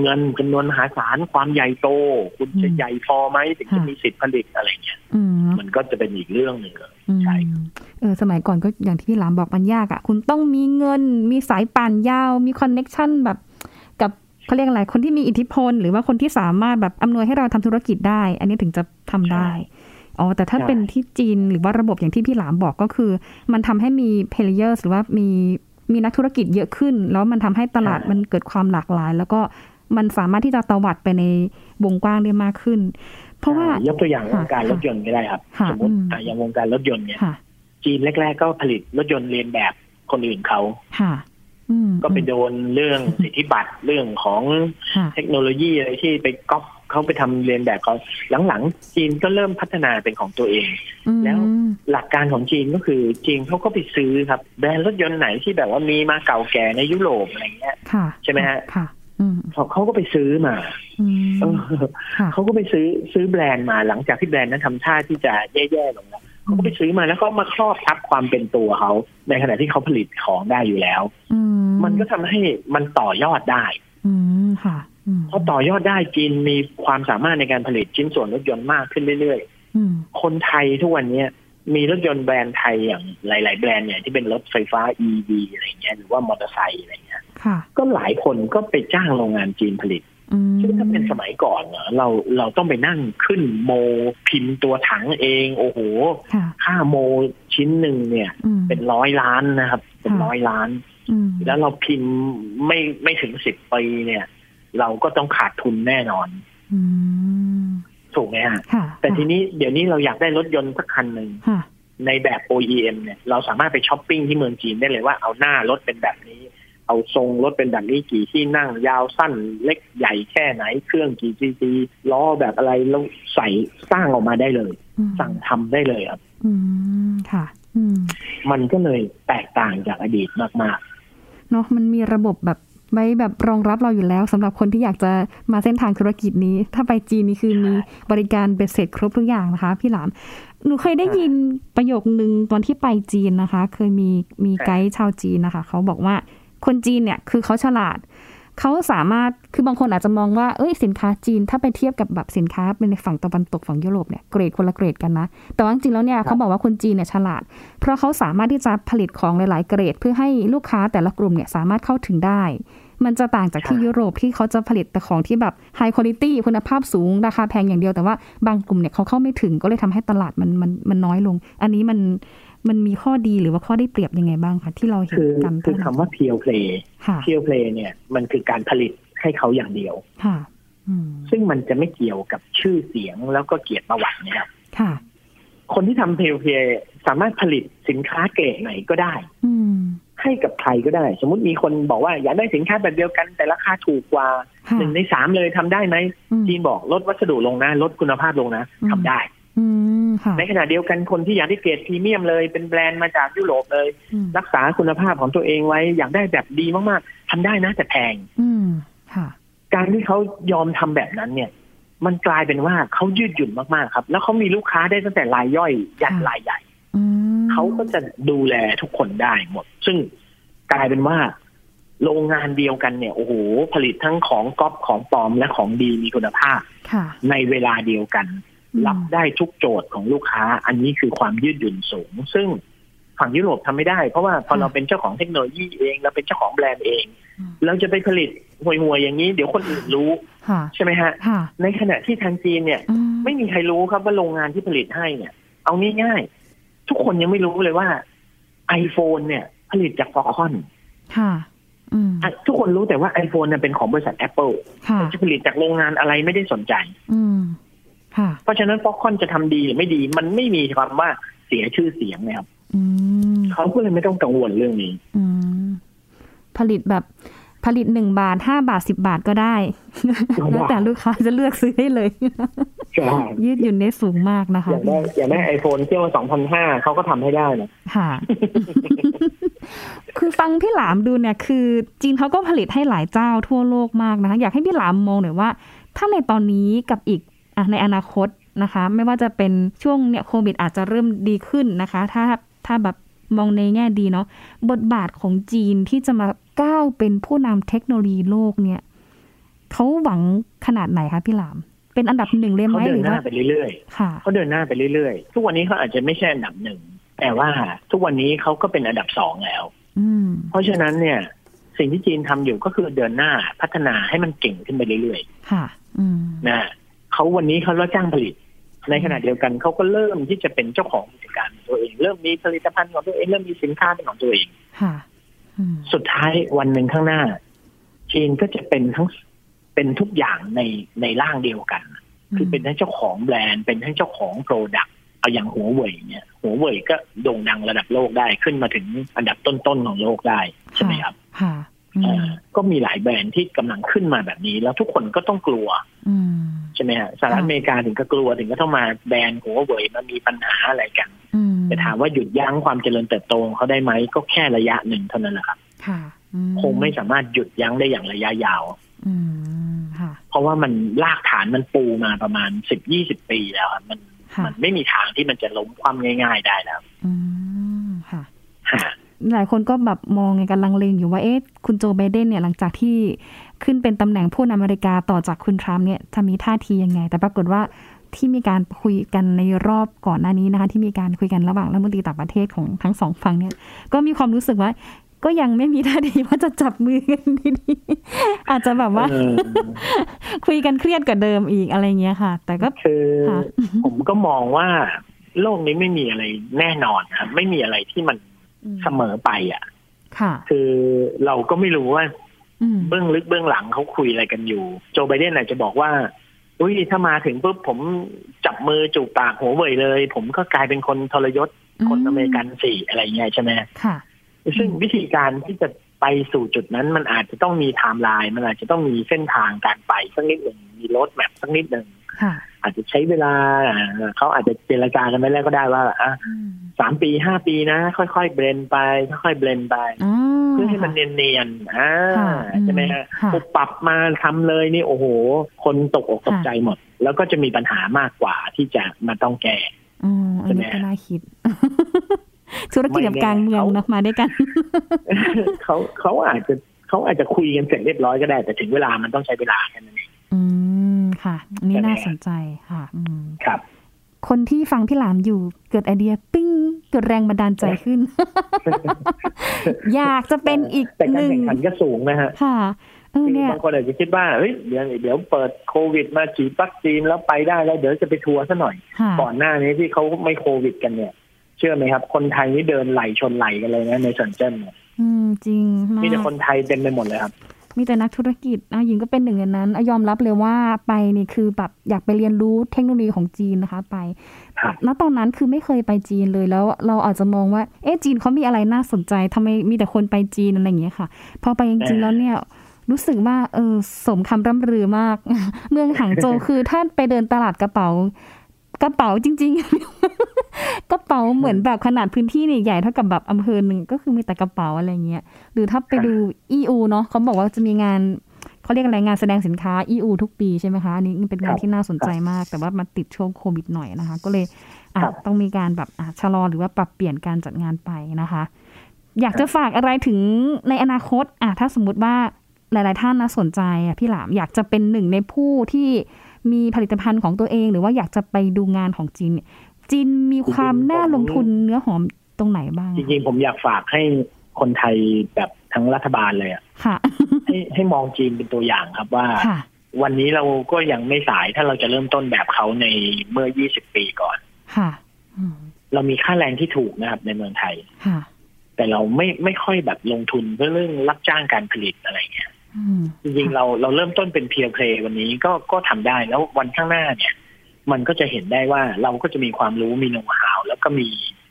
B: เงินจำนวนมหาศาลความใหญ่โต คุณจะ
A: อืม
B: ใหญ่พอไหมถึงจะ
A: ค่ะ
B: มีสิทธิ์ผลิตอะไรเงี้ย
A: อืม
B: มันก็จะเป็นอีกเรื่องหนึ่งเลย ใช่ครับ
A: เออ สมัยก่อนก็อย่างที่พี่หลามบอกมันยากอะ่ะ คุณต้องมีเงิน มีสายป่านยาว มีคอนเน็กชันแบบ กับเขาเรียกอะไร คนที่มีอิทธิพล หรือว่าคนที่สามารถแบบอำนวยให้เราทำธุรกิจได้ อันนี้ถึงจะทำได้ อ๋อ แต่ถ้า
B: ใช่
A: เป็นที่จีนหรือว่าระบบอย่างที่พี่หลามบอกก็คือ มันทำให้มีเพลเยอร์หรือว่ามีมีนักธุรกิจเยอะขึ้น แล้วมันทำให้ตลาดมันเกิดความหลากหลาย แล้วก็มันสามารถที่จะตวัดไปในวงกว้างได้มากขึ้น เพราะว่า
B: อ่ยกตัวอย่างวงการ
A: ค่ะ
B: รถยนต์ก็ได้ครับ
A: ค่ะ
B: สมมติ
A: อืม
B: อ่ะอย่างวงการรถยนต์เนี่ย
A: ค่ะ
B: จีนแรก ๆ ก็ผลิตรถยนต์เรียนแบบคนอื่นเขา
A: ค่ะ อืม
B: ก็ไปโดนเรื่องสิทธิบัตรเรื่องของ
A: ค่ะ
B: เทคโนโลยีอะไรที่ไปก๊อปเขาไปทำเรียนแบบเขาหลังๆ จีนก็เริ่มพัฒนาเป็นของตัวเอง
A: อืม
B: แล้ว หลักการของจีนก็คือจีนเขาก็ไปซื้อครับแบรนด์รถยนต์ไหนที่แบบว่ามีมาเก่าแก่ในยุโรปอะไรเงี้ย
A: ค่ะ
B: ใช่ไหมฮะ
A: ค่ะ อืม
B: เขาเขาก็ไปซื้อมา
A: อื
B: เอ
A: ม
B: อ
A: ค่ะ
B: เขาก็ไปซื้อซื้อแบรนด์มาหลังจากที่แบรนด์นั้นทำท่าที่จะแย่ๆลงแล้วเขาก็ไปซื้อมาแล้วก็มาครอบทับความเป็นตัวเขาในขณะที่เขาผลิตของได้อยู่แล้ว
A: อื
B: มันก็ทำให้มันต่อยอดได้
A: อืมค่ะอืม
B: พอต่อยอดได้จีนมีความสามารถในการผลิตชิ้นส่วนรถยนต์มากขึ้นเรื่อย
A: อืม
B: ๆ คนไทยทุกวันเนี้ยมีรถยนต์แบรนด์ไทยอย่างหลาย ๆ แบรนด์เนี่ยที่เป็นรถไฟฟ้า EV อะไรเงี้ยหรือว่ามอเตอร์ไซค์อะไรเงี้ย
A: ค่ะ
B: ก็หลายคนก็ไปจ้างโรงงานจีนผลิต
A: อืม
B: ซึ่งถ้าเป็นสมัยก่อนเนอะเราเราต้องไปนั่งขึ้นโมพิมพ์ตัวถังเองโอ้โห
A: ค่ะ
B: ค่าโมชิ้นหนึ่งเนี่ย
A: อืม
B: เป็นร้อยล้านนะครับ เป็น
A: ค่ะ
B: ร้อยล้าน
A: อืม
B: แล้วเราพิมพ์ไม่ไม่ถึงสิบปีเนี่ย เราก็ต้องขาดทุนแน่นอน
A: อืม
B: ถูกไหมฮะ
A: ค่ะ
B: แต่ทีนี้เดี๋ยวนี้เราอยากได้รถยนต์สักคันหนึ่ง
A: ค่ะ
B: ในแบบ OEM เนี่ยเราสามารถไปช้อปปิ้งที่เมืองจีนได้เลยว่าเอาหน้ารถเป็นแบบนี้ เอาทรงรถเป็นแบบนี้กี่ที่นั่งยาวสั้นเล็กใหญ่แค่ไหน เครื่องกี่ซีซีล้อแบบอะไรแล้วใส่สร้างออกมาได้เลย
A: อืม
B: สั่งทำได้เลยครับ
A: อืมค่ะ อืม
B: มันก็เลยแตกต่างจากอดีตมาก
A: เนาะมันมีระบบแบบไว้แบบรองรับเราอยู่แล้วสำหรับคนที่อยากจะมาเส้นทางธุรกิจนี้ ถ้าไปจีนนี่คือมีบริการเบ็ดเสร็จครบทุกอย่างนะคะ พี่หลาม หนูเคยได้ยินประโยคนึงตอนที่ไปจีนนะคะ เคยมีมีไกด์ชาวจีนนะคะ เขาบอกว่าคนจีนเนี่ยคือเขาฉลาด เขาสามารถคือบางคนอาจจะมองว่าเอ้ยสินค้าจีนถ้าไปเทียบกับแบบสินค้าเป็นในฝั่งตะวันตกฝั่งยุโรปเนี่ยเกรดคนละเกรดกันนะ แต่ว่าจริงๆแล้วเนี่ยเขาบอกว่าคนจีนเนี่ยฉลาด เพราะเขาสามารถที่จะผลิตของหลาย ๆ เกรด เพื่อให้ลูกค้าแต่ละกลุ่มเนี่ยสามารถเข้าถึงได้ มันจะต่างจากที่
B: ค่ะ
A: ยุโรปที่เขาจะผลิตแต่ของที่แบบไฮคุณ i t y คุณภาพสูงราคาแพงอย่างเดียวแต่ว่าบางกลุ่มเนี่ยเขาเข้าไม่ถึงก็เลยทำให้ตลาดมันมันมันน้อยลง อันนี้มันมันมีข้อดีหรือว่าข้อได้เปรียบยังไงบ้างคะที่เรา
B: ๆ
A: เห็น
B: คือ
A: กัน
B: คือคำว่า pure play
A: ค่ะ
B: pure play เนี่ยมันคือการผลิตให้เขาอย่างเดียว
A: ค่ะ อืม
B: ซึ่งมันจะไม่เกี่ยวกับชื่อเสียงแล้วก็เกียรติประวัตินะครับ
A: ค่ะ
B: คนที่ทำเพลเพลสามารถผลิตสินค้าเกรดไหนก็ได้
A: อืม
B: ให้กับใครก็ได้ สมมติมีคนบอกว่าอยากได้สินค้าแบบเดียวกัน แต่ราคาถูกกว่า
A: ค่ะ
B: หนึ่งในสามเลยทำได้ไหม
A: อืม
B: จีนบอกลดวัสดุลงนะลดคุณภาพลงนะ
A: อืม
B: ทำได้
A: อืมค่ะ
B: ในขณะเดียวกันคนที่อยากได้เกรดพรีเมียมเลยเป็นแบรนด์มาจากยุโรปเลย
A: อืม
B: รักษาคุณภาพของตัวเองไว้อยากได้แบบดีมากๆทำได้นะแต่แพง
A: อืมค่ะ
B: การที่เขายอมทำแบบนั้นเนี่ย มันกลายเป็นว่าเขายืดหยุ่นมากๆครับ แล้วเขามีลูกค้าได้ตั้งแต่รายย่อยยัน
A: ค่ะ
B: รายใหญ่
A: อืม
B: เขาก็จะดูแลทุกคนได้หมด ซึ่งกลายเป็นว่าโรงงานเดียวกันเนี่ยโอ้โหผลิตทั้งของก๊อปของปลอมและของดีมีคุณภาพ
A: ค่ะ
B: ในเวลาเดียวกัน
A: อืม
B: รับได้ทุกโจทย์ของลูกค้า อันนี้คือความยืดหยุ่นสูง ซึ่งฝั่งยุโรปทำไม่ได้ เพราะว่าพอเราเป็นเจ้าของเทคโนโลยีเองเราเป็นเจ้าของแบรนด์เอง
A: อืม
B: เราจะไปผลิตห่วยๆอย่างนี้ เดี๋ยวคนอื่นรู้
A: ค่ะ
B: ใช่ไหมฮะ
A: ค่ะ
B: ในขณะที่ทางจีนเนี่ย
A: อื
B: ไม่มีใครรู้ครับว่าโรงงานที่ผลิตให้เนี่ย เอาง่ายๆทุกคนยังไม่รู้เลยว่า iPhone เนี่ย ผลิตจากฟอคอน
A: ค่ะ อืม
B: ทุกคนรู้แต่ว่า iPhone เนี่ยเป็นของบริษัท Apple
A: ค่ะ
B: จะผลิตจากโรงงานอะไรไม่ได้สนใจ
A: อืมค่ะ
B: เพราะฉะนั้นฟอคอนจะทำดีหรือไม่ดี มันไม่มีความว่าเสียชื่อเสียงนะครับ
A: อืม
B: เขาก็เลยไม่ต้องกังวลเรื่องนี้
A: อืมผลิตแบบผลิตหนึ่งบาทห้าบาทสิบบาทก็ได้ แล้วแต่ลูกค้าจะเลือกซื้อได้เลย
B: ใช่
A: ยืดหยุ่นได้สูงมากนะคะ
B: อยากได้อยากได้ไอโฟนเที่ยวสองพันห้าเขาก็ทำให้ได้นะ
A: ค่ะ คือฟังพี่หลามดูเนี่ย คือจีนเขาก็ผลิตให้หลายเจ้าทั่วโลกมากนะคะ อยากให้พี่หลามมองหน่อยว่า ถ้าในตอนนี้กับอีกอะในอนาคตนะคะ ไม่ว่าจะเป็นช่วงเนี่ยโควิดอาจจะเริ่มดีขึ้นนะคะ ถ้าถ้าแบบมองในแง่ดีเนาะบทบาทของจีนที่จะมาก้าวเป็นผู้นำเทคโนโลยีโลกเนี่ยเขาหวังขนาดไหนคะพี่หลาม เป็นอันดับหนึ่งเลยไหม
B: เขาเดิ
A: ห
B: น
A: รือ
B: หน้า
A: ว่า
B: ไปเรื่อยๆ
A: ค่ะ
B: เขาเดินหน้าไปเรื่อยๆ ทุกวันนี้เขาอาจจะไม่ใช่อันดับหนึ่ง แต่ว่าทุกวันนี้เขาก็เป็นอันดับสองแล้ว
A: อืม
B: เพราะฉะนั้นเนี่ย สิ่งที่จีนทำอยู่ก็คือเดินหน้าพัฒนาให้มันเก่งขึ้นไปเรื่อย
A: ค่ะ อืม
B: ๆนะเขาวันนี้เขาเลิกจ้างผลิต ในขณะเดียวกันเขาก็เริ่มที่จะเป็นเจ้าของกิจการของตัวเอง เริ่มมีผลิตภัณฑ์ของตัวเอง เริ่มมีสินค้าเป็นของตัวเอง
A: ค่ะ อืม
B: สุดท้ายวันหนึ่งข้างหน้า จีนก็จะเป็นทั้งเป็นทุกอย่างในในร่างเดียวกัน คือเป็นทั้งเจ้าของแบรนด์เป็นทั้งเจ้าของโปรดักต์เอาอย่างหัวเว่ยเนี่ยหัวเว่ยก็โด่งดังระดับโลกได้ขึ้นมาถึงอันดับต้นๆของโลกได้ใช่ไหมครับ
A: ค่ะ อื
B: เอ่
A: ม
B: อก็มีหลายแบรนด์ที่กำลังขึ้นมาแบบนี้ แล้วทุกคนก็ต้องกลัว
A: อืม
B: ใช่ไหมฮะสหรัฐอเมริกาถึงก็กลัวถึงก็ต้องมาแบรนด์หัวเว่ยมันมีปัญหาอะไรกัน
A: อืม
B: แต่ถามว่าหยุดยั้งความเจริญเติบโตของเขาได้ไหมก็แค่ระยะหนึ่งเท่านั้นแหละครับ
A: ค่ะอื
B: คงไม่สามารถหยุดยั้งได้อย่างระยะยาว
A: อืม ค่ะ
B: เพราะว่ามันรากฐานมันปูมาประมาณสิบยี่สิบปีแล้วครับมัน
A: ค่ะ
B: มันไม่มีทางที่มันจะล้มความง่าย ๆ ได้แล้ว
A: อืม ค่ะ
B: ฮะ
A: หลายคนก็แบบมองไงกันลังเลงอยู่ว่า เอ๊ะ คุณโจไบเดนเนี่ย หลังจากที่ขึ้นเป็นตำแหน่งผู้นำอเมริกาต่อจากคุณทรัมป์เนี่ย จะมีท่าทียังไง แต่ปรากฏว่าที่มีการคุยกันในรอบก่อนหน้านี้นะคะ ที่มีการคุยกันระหว่างรัฐมนตรีต่างประเทศของทั้งสองฝั่งเนี่ย ก็มีความรู้สึกว่า ก็ยังไม่มีท่าทีว่าจะจับมือกันดีๆอาจจะแบบว่า
B: เออ
A: คุยกันเครียดกว่าเดิมอีกอะไรเงี้ยค่ะ แต่ก็
B: คือ
A: ค่ะ
B: ผมก็มองว่า โลกนี้ไม่มีอะไรแน่นอนครับไม่มีอะไรที่มันเสมอไปอ่ะ
A: ค่ะ
B: คือเราก็ไม่รู้ว่า
A: อืม
B: เบื้องลึกเบื้องหลังเขาคุยอะไรกันอยู่ โจไบเดนอาจจะบอกว่า อุ้ยถ้ามาถึงปุ๊บผมจับมือจูบปากหัวเว่ยเลย ผมก็กลายเป็นคนทรยศคนอเมริกันสี่อะไรเงี้ยใช่ไหม
A: ค่ะ
B: ซึ่งวิธีการที่จะไปสู่จุดนั้นมันอาจจะต้องมีไทม์ไลน์มันอาจจะต้องมีเส้นทางการไปสักนิดหนึ่งมีรถแมพสักนิดหนึ่ง
A: ค่ะ
B: อาจจะใช้เวลาอ่าเขาอาจจะเจรจากันไม่แล้วก็ได้ว่าอ่ะ
A: อืม
B: สามปีห้าปีนะ ค่อยๆเบรนไป ค่อยๆเบรนไป
A: อ๋อ
B: เพื่อให้มันเนียนๆอ่า
A: ค่ะ
B: ใช่ไหมฮะ
A: ค่ะ
B: พอปรับมาทำเลยนี่โอ้โห คนตกอกตกใจหมด แล้วก็จะมีปัญหามากกว่าที่จะมาต้องแก้
A: อ๋ออันนี้
B: ใช่ไหม
A: ก็น่าคิด ธุรกิจกับกลางเมืองเนาะมาด้วยกัน
B: เขาเขาอาจจะเขาอาจจะคุยกันเสร็จเรียบร้อยก็ได้ แต่ถึงเวลามันต้องใช้เวลาแค่นั้นเอง
A: อืม ค่ะ อันนี้น่าสนใจค่ะ อืม
B: ครับ
A: คนที่ฟังพี่หลามอยู่เกิดไอเดียปิ้งเกิดแรงบันดาลใจขึ้น อยากจะเป็นอีก
B: แต่
A: ห
B: การ
A: นึ่ง
B: แข่งขันก็สูงนะฮะ
A: ค่ะ เออ
B: คือ
A: เนี่ย
B: บางคนอาจจะคิดว่าเฮ้ยเดี๋ยวเดี๋ยวเปิดโควิดมาฉีดวัคซีนแล้วไปได้แล้วเดี๋ยวจะไปทัวร์ซะหน่อย
A: ค่ะ
B: ก่อนหน้านี้ที่เขาไม่โควิดกันเนี่ย เชื่อไหมครับ คนไทยนี่เดินไหลชนไหลกันเลยนะในเซนเจิ้นเนี่ย
A: อืม จริงมา
B: มีแต่
A: ก
B: คนไทยเต็มไปหมดเลยครับ
A: มีแต่นักธุรกิจอ่ะหญิงก็เป็นหนึ่งในนั้นอ่ะยอมรับเลยว่าไปนี่คือแบบอยากไปเรียนรู้เทคโนโลยีของจีนนะคะไป
B: ครับ
A: ณตอนนั้นคือไม่เคยไปจีนเลยแล้วเราอาจจะมองว่า เอ๊ะจีนเขามีอะไรน่าสนใจทำไมมีแต่คนไปจีนอะไรอย่างเงี้ยค่ะ พอไปจริงๆแล้วเนี่ย รู้สึกว่าเออสมคำร่ำรือมาก เมืองหางโจว คือถ้าไปเดินตลาดกระเป๋า กระเป๋าจริง ๆ กระเป๋าเหมือนแบบขนาดพื้นที่เนี่ยใหญ่เท่ากับแบบอำเภอหนึ่งก็คือมีแต่กระเป๋าอะไรเงี้ยหรือถ้าไปดู EU เนาะเขาบอกว่าจะมีงานเขาเรียกอะไรงานแสดงสินค้า EU ทุกปีใช่ไหมคะอันนี้เป็นงาน
B: ครับ
A: ที่น่าสนใจมาก แต่ว่ามันติดช่วงโควิดหน่อยนะคะ ก็เลยอ่ะ
B: ครับ
A: ต้องมีการแบบอ่ะชะลอหรือว่าปรับเปลี่ยนการจัดงานไปนะคะ อยากจะฝากอะไรถึงในอนาคตอ่ะถ้าสมมติว่าหลาย ๆ ท่านนะสนใจอ่ะพี่หลามอยากจะเป็นหนึ่งในผู้ที่มีผลิตภัณฑ์ของตัวเอง หรือว่าอยากจะไปดูงานของจีนเนี่ยจีนมีความน่าลงทุนเนื้อหอมตรงไหนบ้าง
B: จริงๆผมอยากฝากให้คนไทยแบบทั้งรัฐบาล เลยอะ
A: ค่ะ
B: ให้ให้มองจีนเป็นตัวอย่างครับว่า
A: ค่ะ
B: วันนี้เราก็ยังไม่สายถ้าเราจะเริ่มต้นแบบเขาในเมื่อ 20 ปีก่อน
A: ค่ะอืม
B: เรามีค่าแรงที่ถูกนะครับในเมืองไทย
A: ค่ะ
B: แต่เราไม่ไม่ค่อยแบบลงทุนเพื่อเรื่องรับจ้างการผลิตอะไรเงี้ย
A: อืม
B: จริงๆเราเราเริ่มต้นเป็นเพียร์เพลย์วันนี้ก็ก็ทำได้แล้ววันข้างหน้าเนี่ย มันก็จะเห็นได้ว่าเราก็จะมีความรู้มีโน้ตหาวแล้วก็มี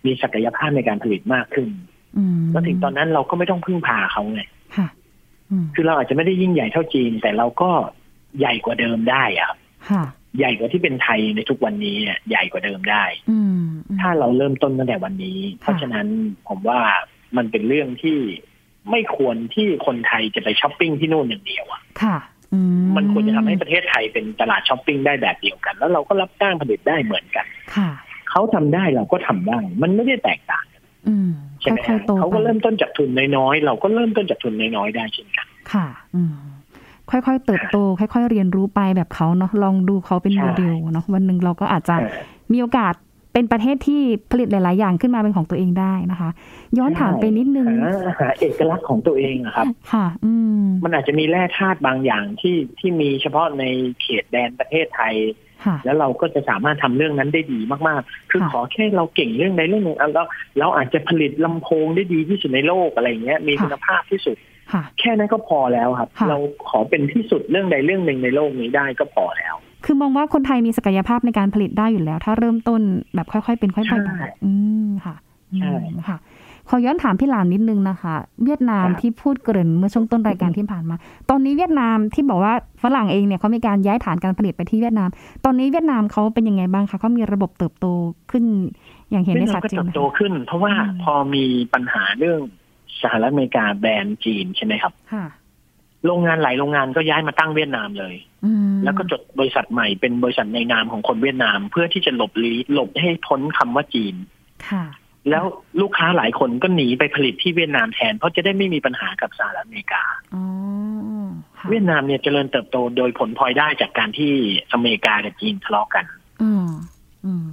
B: มีศักยภาพในการผลิตมากขึ้น
A: อืม
B: แล้วถึงตอนนั้นเราก็ไม่ต้องพึ่งพาเขาไง
A: ค่ะอืม
B: คือเราอาจจะไม่ได้ยิ่งใหญ่เท่าจีน แต่เราก็ใหญ่กว่าเดิมได้อะครับ
A: ค่ะ
B: ใหญ่กว่าที่เป็นไทยในทุกวันนี้เนี่ยใหญ่กว่าเดิมได้
A: อืมอืม
B: ถ้าเราเริ่มต้นตั้งแต่วันนี้ เพราะฉะนั้นผมว่ามันเป็นเรื่องที่ไม่ควรที่คนไทยจะไปช้อปปิ้งที่นู่นอย่างเดียวอะ
A: ค่ะอื
B: มันควรจะทำให้ประเทศไทยเป็นตลาดช้อปปิ้งได้แบบเดียวกัน แล้วเราก็รับจ้างผลิตได้เหมือนกัน
A: ค่ะ
B: เขาทำได้เราก็ทำได้มันไม่ได้แตกต่าง
A: อืม
B: ใช่ไหม
A: ค่อ
B: ฮะ
A: ยๆโต
B: เขาก็
A: ไป
B: เริ่มต้นจากทุนน้อยๆเราก็เริ่มต้นจากทุนน้อยๆได้เช่นกัน
A: ค่ะ อืม ค่อยๆ เติบโต ค่อย ๆ เรียนรู้ไปแบบเขาเนาะ ลองดูเขาเป็น
B: ใช่
A: โมเดลเนาะ วันหนึ่งเราก็อาจจะ
B: เออ
A: มีโอกาสเป็นประเทศที่ผลิตหลาย ๆ อย่างขึ้นมาเป็นของตัวเองได้นะคะ ย้อนถามไปนิดนึง
B: หาหาเอกลักษณ์ของตัวเองอะครับ
A: ค่ะ อืม
B: มันอาจจะมีแร่ธาตุบางอย่างที่ที่มีเฉพาะในเขตแดนประเทศไทย
A: ค่ะ
B: แล้วเราก็จะสามารถทำเรื่องนั้นได้ดีมากๆ คือ
A: ค่ะ
B: ขอแค่เราเก่งเรื่องใดเรื่องหนึ่งอ่ะแล้วเราอาจจะผลิตลำโพงได้ดีที่สุดในโลกอะไรอย่างเงี้ยมีคุณภาพที่สุด
A: ค่ะ
B: แค่นั้นก็พอแล้วครับ
A: ค่ะ
B: เราขอเป็นที่สุดเรื่องใดเรื่องหนึ่งในโลกนี้ได้ก็พอแล้ว
A: คือมองว่าคนไทยมีศักยภาพในการผลิตได้อยู่แล้ว ถ้าเริ่มต้นแบบค่อยๆ เป็นค่อยๆไป
B: ใช่
A: อืมค่ะอืม
B: ใช่
A: ค่ะ ขอย้อนถามพี่หลามนิดนึงนะคะ เวียดนาม
B: ครับ
A: ที่พูดเกริ่นเมื่อช่วงต้นรายการที่ผ่านมา ตอนนี้เวียดนามที่บอกว่าฝรั่งเองเนี่ยเขามีการย้ายฐานการผลิตไปที่เวียดนาม ตอนนี้เวียดนามเขาเป็นยังไงบ้างคะเขามีระบบเติบโตขึ้น อย่างเห็นได้
B: ซึ่ง
A: ชัด
B: เราก็
A: เจน
B: เติบ
A: นะ
B: โต
A: คะ
B: ขึ้น เพราะว่า
A: อืม
B: พอมีปัญหาเรื่องสหรัฐอเมริกาแบนจีนใช่ไหมครับ
A: ค่ะ
B: โรงงานหลายโรงงานก็ย้ายมาตั้งเวียดนามเลย
A: อืม
B: แล้วก็จดบริษัทใหม่เป็นบริษัทในนามของคนเวียดนาม เพื่อที่จะหลบลีหลบให้พ้นคำว่าจีน
A: ค่ะ
B: แล้วลูกค้าหลายคนก็หนีไปผลิตที่เวียดนามแทน เพราะจะได้ไม่มีปัญหากับสหรัฐอเมริกา
A: อ๋อค่ะ
B: เวียดนามเนี่ยเจริญเติบโตโดยผลพลอยได้จากการที่อเมริกากับจีนทะเลาะกัน
A: อืมอื ม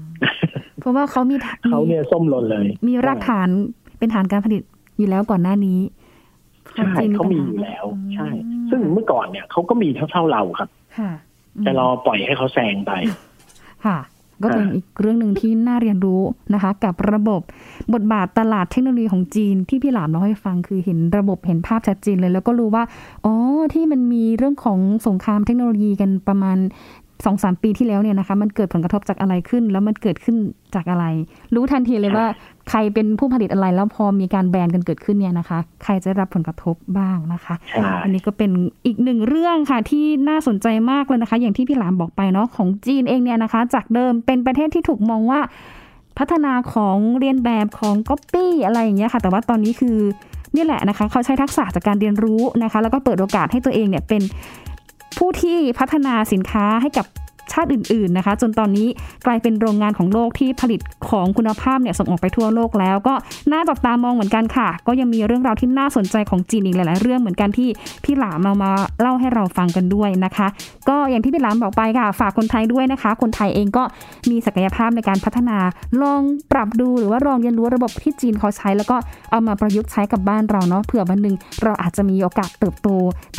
A: เพราะว่าเขามี
B: เขาเนี่ยส้มหล่นเลย
A: มีรากฐานเป็นฐานการผลิตอยู่แล้วก่อนหน้านี้
B: ใช่
A: จริง
B: เขามี
A: ปัญห
B: อยู่แล้ว ใช่
A: อืม
B: ซึ่งเมื่อก่อนเนี่ยเขาก็มีเท่าๆเราครับ
A: ค่ะม
B: แต่เราปล่อยให้เขาแซงไป
A: ค่ะ ก็เป็น
B: อ่า
A: อีกเรื่องหนึ่งที่น่าเรียนรู้นะคะ กับระบบบทบาทตลาดเทคโนโลยีของจีนที่พี่หลามเล่าให้ฟังคือเห็นระบบเห็นภาพชัดเจนเลย แล้วก็รู้ว่าอ๋อที่มันมีเรื่องของสงครามเทคโนโลยีกันประมาณสองสามปีที่แล้วเนี่ยนะคะ มันเกิดผลกระทบจากอะไรขึ้น แล้วมันเกิดขึ้นจากอะไร รู้ทันทีเลยว่า ใครเป็นผู้ผลิตอะไรแล้วพอมีการแบนกันเกิดขึ้นเนี่ยนะคะ ใครจะได้รับผลกระทบบ้างนะคะ
B: ใช่
A: อันนี้ก็เป็นอีกหนึ่งเรื่องค่ะที่น่าสนใจมากเลยนะคะ อย่างที่พี่หลามบอกไปเนาะของจีนเองเนี่ยนะคะ จากเดิมเป็นประเทศที่ถูกมองว่า พัฒนาของเรียนแบบของก๊อปปี้อะไรอย่างเงี้ยค่ะ แต่ว่าตอนนี้คือนี่แหละนะคะ เขาใช้ทักษะจากการเรียนรู้นะคะ แล้วก็เปิดโอกาสให้ตัวเองเนี่ยเป็นผู้ที่พัฒนาสินค้าให้กับชาติอื่น ๆนะคะ จนตอนนี้กลายเป็นโรงงานของโลกที่ผลิตของคุณภาพเนี่ยส่งออกไปทั่วโลกแล้ว ก็น่าจับตามองเหมือนกันค่ะ ก็ยังมีเรื่องราวที่น่าสนใจของจีนอีกหลาย ๆ เรื่องเหมือนกันที่พี่หลามเอามาเล่าให้เราฟังกันด้วยนะคะ ก็อย่างที่พี่หลามบอกไปค่ะ ฝากคนไทยด้วยนะคะ คนไทยเองก็มีศักยภาพในการพัฒนา ลองปรับดูหรือว่าลองเรียนรู้ระบบที่จีนเขาใช้ แล้วก็เอามาประยุกต์ใช้กับบ้านเราเนาะเผื่อวันหนึ่งเราอาจจะมีโอกาสเติบโต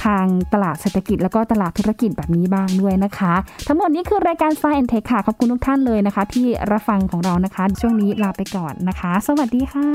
A: ทางตลาดเศรษฐกิจ แล้วก็ตลาดธุรกิจแบบนี้บ้างด้วยนะคะ ทั้งหมดนี้คือรายการ Science and Tech ค่ะ ขอบคุณทุกท่านเลยนะคะ ที่รับฟังของเรานะคะ ช่วงนี้ลาไปก่อนนะคะ สวัสดีค่ะ